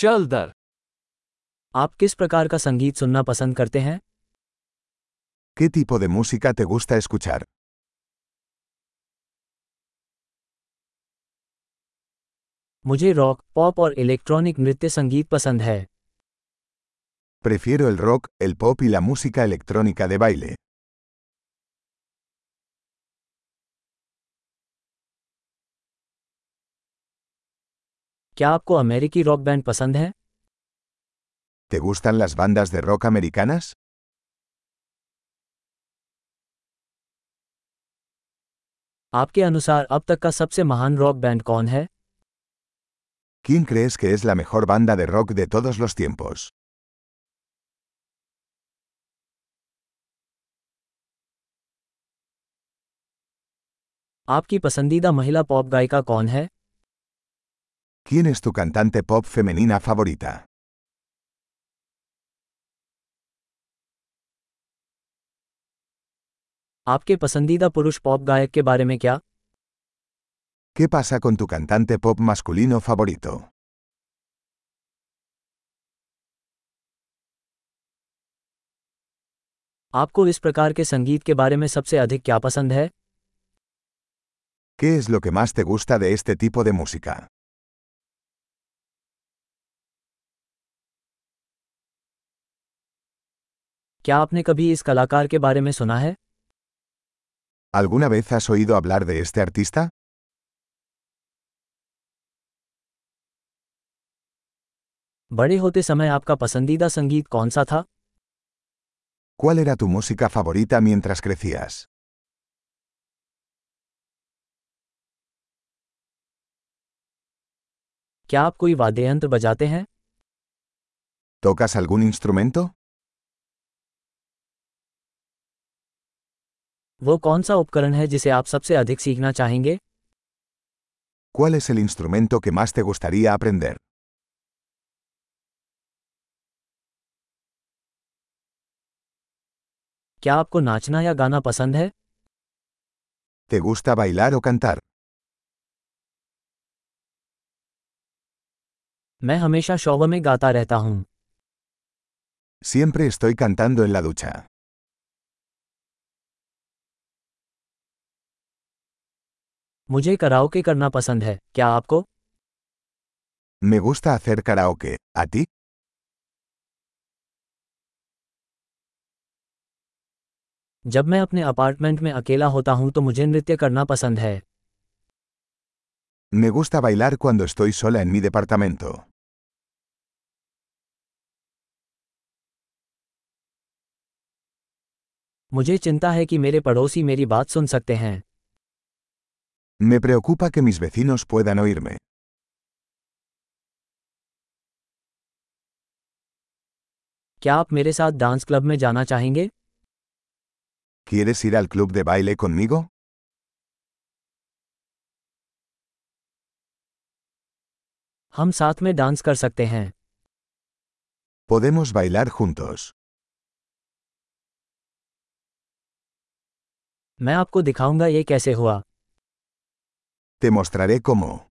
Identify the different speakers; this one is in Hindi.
Speaker 1: चल दर
Speaker 2: आप किस प्रकार का संगीत सुनना पसंद करते हैं
Speaker 3: ¿Qué tipo de música te gusta escuchar?
Speaker 2: मुझे रॉक पॉप और इलेक्ट्रॉनिक नृत्य संगीत पसंद है
Speaker 3: Prefiero el rock, el pop y la música electrónica de baile.
Speaker 2: क्या आपको अमेरिकी रॉक बैंड पसंद है
Speaker 3: ¿Te gustan las bandas de rock americanas?
Speaker 2: आपके अनुसार अब तक का सबसे महान रॉक बैंड कौन है
Speaker 3: ¿Quién crees que es la mejor banda de rock de todos los tiempos?
Speaker 2: आपकी पसंदीदा महिला पॉप गायिका कौन है
Speaker 3: ¿Quién es tu cantante pop femenina favorita?
Speaker 2: आपके पसंदीदा पुरुष पॉप गायक के बारे में क्या
Speaker 3: ¿Qué pasa con tu cantante pop masculino favorito?
Speaker 2: आपको इस प्रकार के संगीत के बारे में सबसे अधिक क्या पसंद है
Speaker 3: ¿Qué es lo que más te gusta de este tipo de música?
Speaker 2: क्या आपने कभी इस कलाकार के बारे में सुना है
Speaker 3: ¿Alguna vez has oído hablar de este artista?
Speaker 2: बड़े होते समय आपका पसंदीदा संगीत कौन सा था
Speaker 3: ¿Cuál era tu música favorita mientras crecías?
Speaker 2: क्या आप कोई वाद्य यंत्र बजाते हैं
Speaker 3: ¿Tocas algún instrumento?
Speaker 2: वो कौन सा उपकरण है जिसे आप सबसे अधिक सीखना चाहेंगे
Speaker 3: ¿Cuál es el instrumento que más te gustaría aprender?
Speaker 2: क्या आपको नाचना या गाना पसंद है
Speaker 3: ¿Te gusta bailar o cantar?
Speaker 2: मैं हमेशा शौव में गाता रहता हूँ
Speaker 3: Siempre estoy cantando en la ducha.
Speaker 2: मुझे कराओके करना पसंद है क्या आपको
Speaker 3: Me gusta hacer karaoke. ¿A ti?
Speaker 2: जब मैं अपने अपार्टमेंट में अकेला होता हूँ तो मुझे नृत्य करना पसंद है
Speaker 3: Me gusta bailar cuando estoy sola en mi departamento.
Speaker 2: मुझे चिंता है कि मेरे पड़ोसी मेरी बात सुन सकते हैं
Speaker 3: Me preocupa que mis vecinos puedan oírme.
Speaker 2: क्या आप मेरे साथ डांस क्लब में जाना चाहेंगे
Speaker 3: ¿Quieres ir al club de baile conmigo?
Speaker 2: हम साथ में डांस कर सकते हैं
Speaker 3: Podemos bailar juntos.
Speaker 2: मैं आपको दिखाऊंगा ये कैसे हुआ
Speaker 3: Te mostraré cómo.